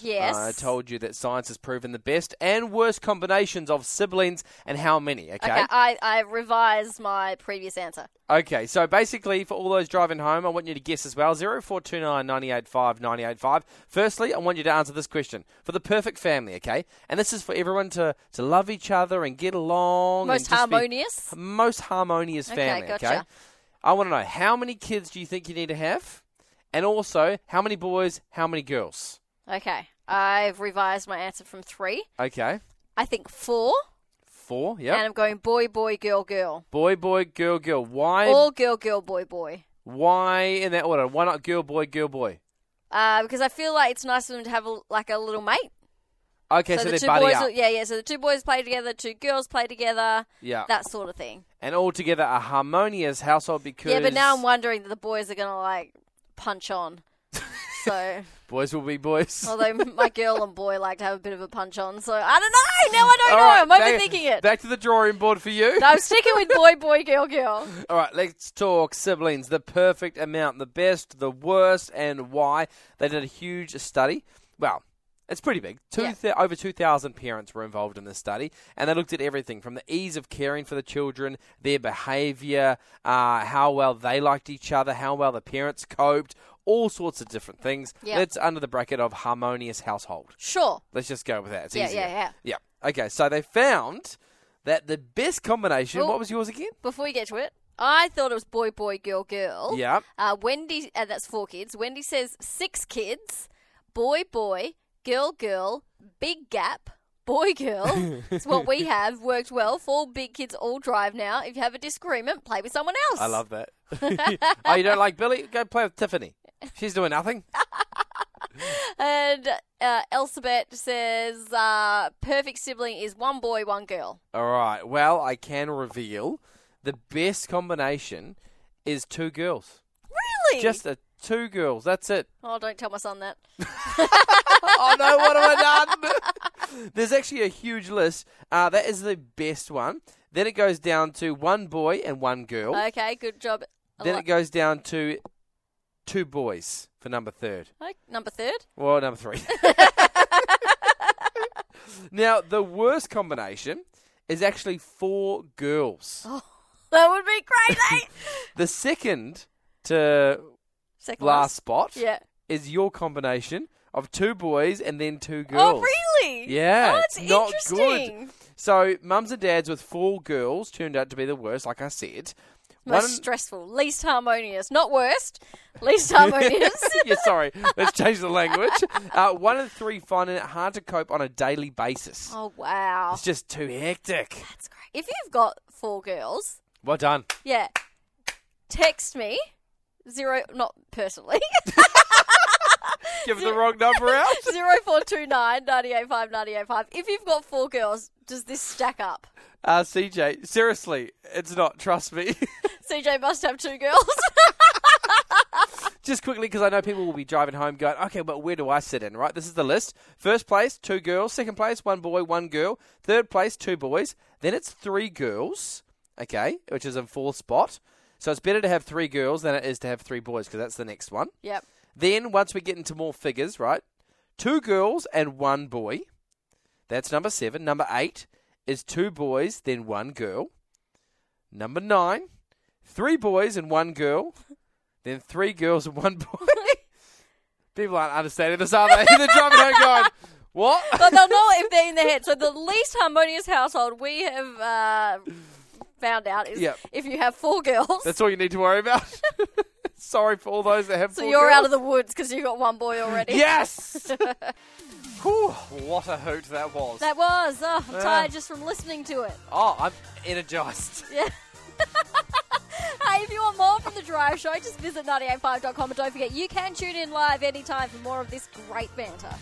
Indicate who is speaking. Speaker 1: Yes.
Speaker 2: I told you that science has proven the best and worst combinations of siblings and how many,
Speaker 1: Okay, I, I revised my previous answer.
Speaker 2: Okay, so basically, for all those driving home, I want you to guess as well 0429 985 985. Firstly, I want you to answer this question for the perfect family, okay? And this is for everyone to, to love each other and get along. and
Speaker 1: Most
Speaker 2: just be-
Speaker 1: harmonious.
Speaker 2: most harmonious family, okay?
Speaker 1: gotcha.
Speaker 2: I want to know how many kids do you think you need to have? And also, how many boys, how many girls?
Speaker 1: Okay, I've revised my answer from three.
Speaker 2: Okay,
Speaker 1: I think four,
Speaker 2: four, yeah.
Speaker 1: and I'm going boy, boy, girl, girl,
Speaker 2: boy, boy, girl, girl. Why?
Speaker 1: all girl, girl, boy, boy.
Speaker 2: Why in that order? Why not girl, boy, girl, boy?
Speaker 1: Uh, because I feel like it's nice for them to have a, like a little mate.
Speaker 2: Okay, so,
Speaker 1: the
Speaker 2: they
Speaker 1: two
Speaker 2: buddy
Speaker 1: boys,
Speaker 2: up.
Speaker 1: will- yeah, yeah. So the two boys play together, two girls play together,
Speaker 2: yeah.
Speaker 1: that sort of thing.
Speaker 2: and all together a harmonious household because
Speaker 1: Yeah, but now I'm wondering that the boys are gonna like punch on. so,
Speaker 2: boys will be boys.
Speaker 1: although my girl and boy like to have a bit of a punch on, so I don't know. Now I don't
Speaker 2: All right,
Speaker 1: know. I'm
Speaker 2: back-
Speaker 1: overthinking it.
Speaker 2: Back to the drawing board for you.
Speaker 1: no, I'm sticking with boy, boy, girl, girl.
Speaker 2: All right, let's talk siblings. The perfect amount, the best, the worst, and why. They did a huge study. Well, it's pretty big. Two
Speaker 1: Yeah.
Speaker 2: thou- over 2,000 parents were involved in this study, and they looked at everything from the ease of caring for the children, their behavior, uh, how well they liked each other, how well the parents coped, all sorts of different things.
Speaker 1: Yeah.
Speaker 2: That's under the bracket of harmonious household.
Speaker 1: Sure.
Speaker 2: Let's just go with that. It's
Speaker 1: Yeah,
Speaker 2: easier.
Speaker 1: yeah, yeah.
Speaker 2: Yeah. Okay, so they found that the best combination,
Speaker 1: Well-
Speaker 2: what was yours again?
Speaker 1: Before we get to it, I thought it was boy, boy, girl, girl.
Speaker 2: Yeah.
Speaker 1: Uh, Wendy, uh, that's four kids. Wendy says six kids, boy, boy, girl, girl, big gap, boy, girl. it's what we have worked well. Four big kids all drive now. If you have a disagreement, play with someone else.
Speaker 2: I love that. oh, you don't like Billy? Go play with Tiffany. She's doing nothing.
Speaker 1: And uh, Elsabet says uh, perfect sibling is one boy, one girl.
Speaker 2: All right. Well, I can reveal the best combination is two girls.
Speaker 1: Really?
Speaker 2: Just a two girls. That's it.
Speaker 1: oh, don't tell my son that.
Speaker 2: oh no! What have I done? There's actually a huge list. Uh, that is the best one. Then it goes down to one boy and one girl.
Speaker 1: Okay, good job.
Speaker 2: Oh. then it goes down to two boys for number third.
Speaker 1: Okay, Number third.
Speaker 2: Well, number three. now, the worst combination is actually four girls.
Speaker 1: That would be crazy.
Speaker 2: The second to
Speaker 1: Second
Speaker 2: last spot
Speaker 1: Yeah.
Speaker 2: is your combination of two boys and then two
Speaker 1: Oh,
Speaker 2: girls.
Speaker 1: really?
Speaker 2: Yeah,
Speaker 1: Oh,
Speaker 2: it's
Speaker 1: it's
Speaker 2: not
Speaker 1: interesting.
Speaker 2: So, mums and dads with four girls turned out to be the worst, like I said.
Speaker 1: Most
Speaker 2: One-
Speaker 1: stressful, least harmonious, not worst, least harmonious.
Speaker 2: yeah, sorry. Let's change the language. Uh, one in three finding it hard to cope on a daily basis.
Speaker 1: oh wow,
Speaker 2: It's just too hectic.
Speaker 1: that's great. If you've got four girls,
Speaker 2: Well done.
Speaker 1: yeah, text me. Zero, not personally.
Speaker 2: Give the wrong number out.
Speaker 1: Zero four two nine ninety eight five ninety eight five. If you've got four girls, does this stack up?
Speaker 2: Uh, CJ, seriously, it's not. Trust me.
Speaker 1: CJ must have two girls.
Speaker 2: Just quickly, because I know people will be driving home going, okay, but where do I sit in, right? This is the list. First place, two girls. Second place, one boy, one girl. Third place, two boys. Then it's three girls, okay, which is in fourth spot. So it's better to have three girls than it is to have three boys, because that's the next one.
Speaker 1: yep.
Speaker 2: Then, once we get into more figures, right? Two girls and one boy. That's number seven. Number eight is two boys, then one girl. Number nine, three boys and one girl. Then three girls and one boy. People aren't understanding this, are they? They're driving home going, what?
Speaker 1: But they'll know if they're in their head. So the least harmonious household we have uh, found out is
Speaker 2: Yep.
Speaker 1: if you have four girls.
Speaker 2: That's all you need to worry about. Sorry for all those that have
Speaker 1: so
Speaker 2: four
Speaker 1: you're out
Speaker 2: girls.
Speaker 1: of the woods because you got one boy already.
Speaker 2: Yes! Whew, what a hoot that was.
Speaker 1: That was. Oh, I'm
Speaker 2: Yeah.
Speaker 1: tired just from listening to it.
Speaker 2: oh, I'm energized.
Speaker 1: Yeah. hey, if you want more from The Drive Show, just visit 985.com and don't forget you can tune in live anytime for more of this great banter.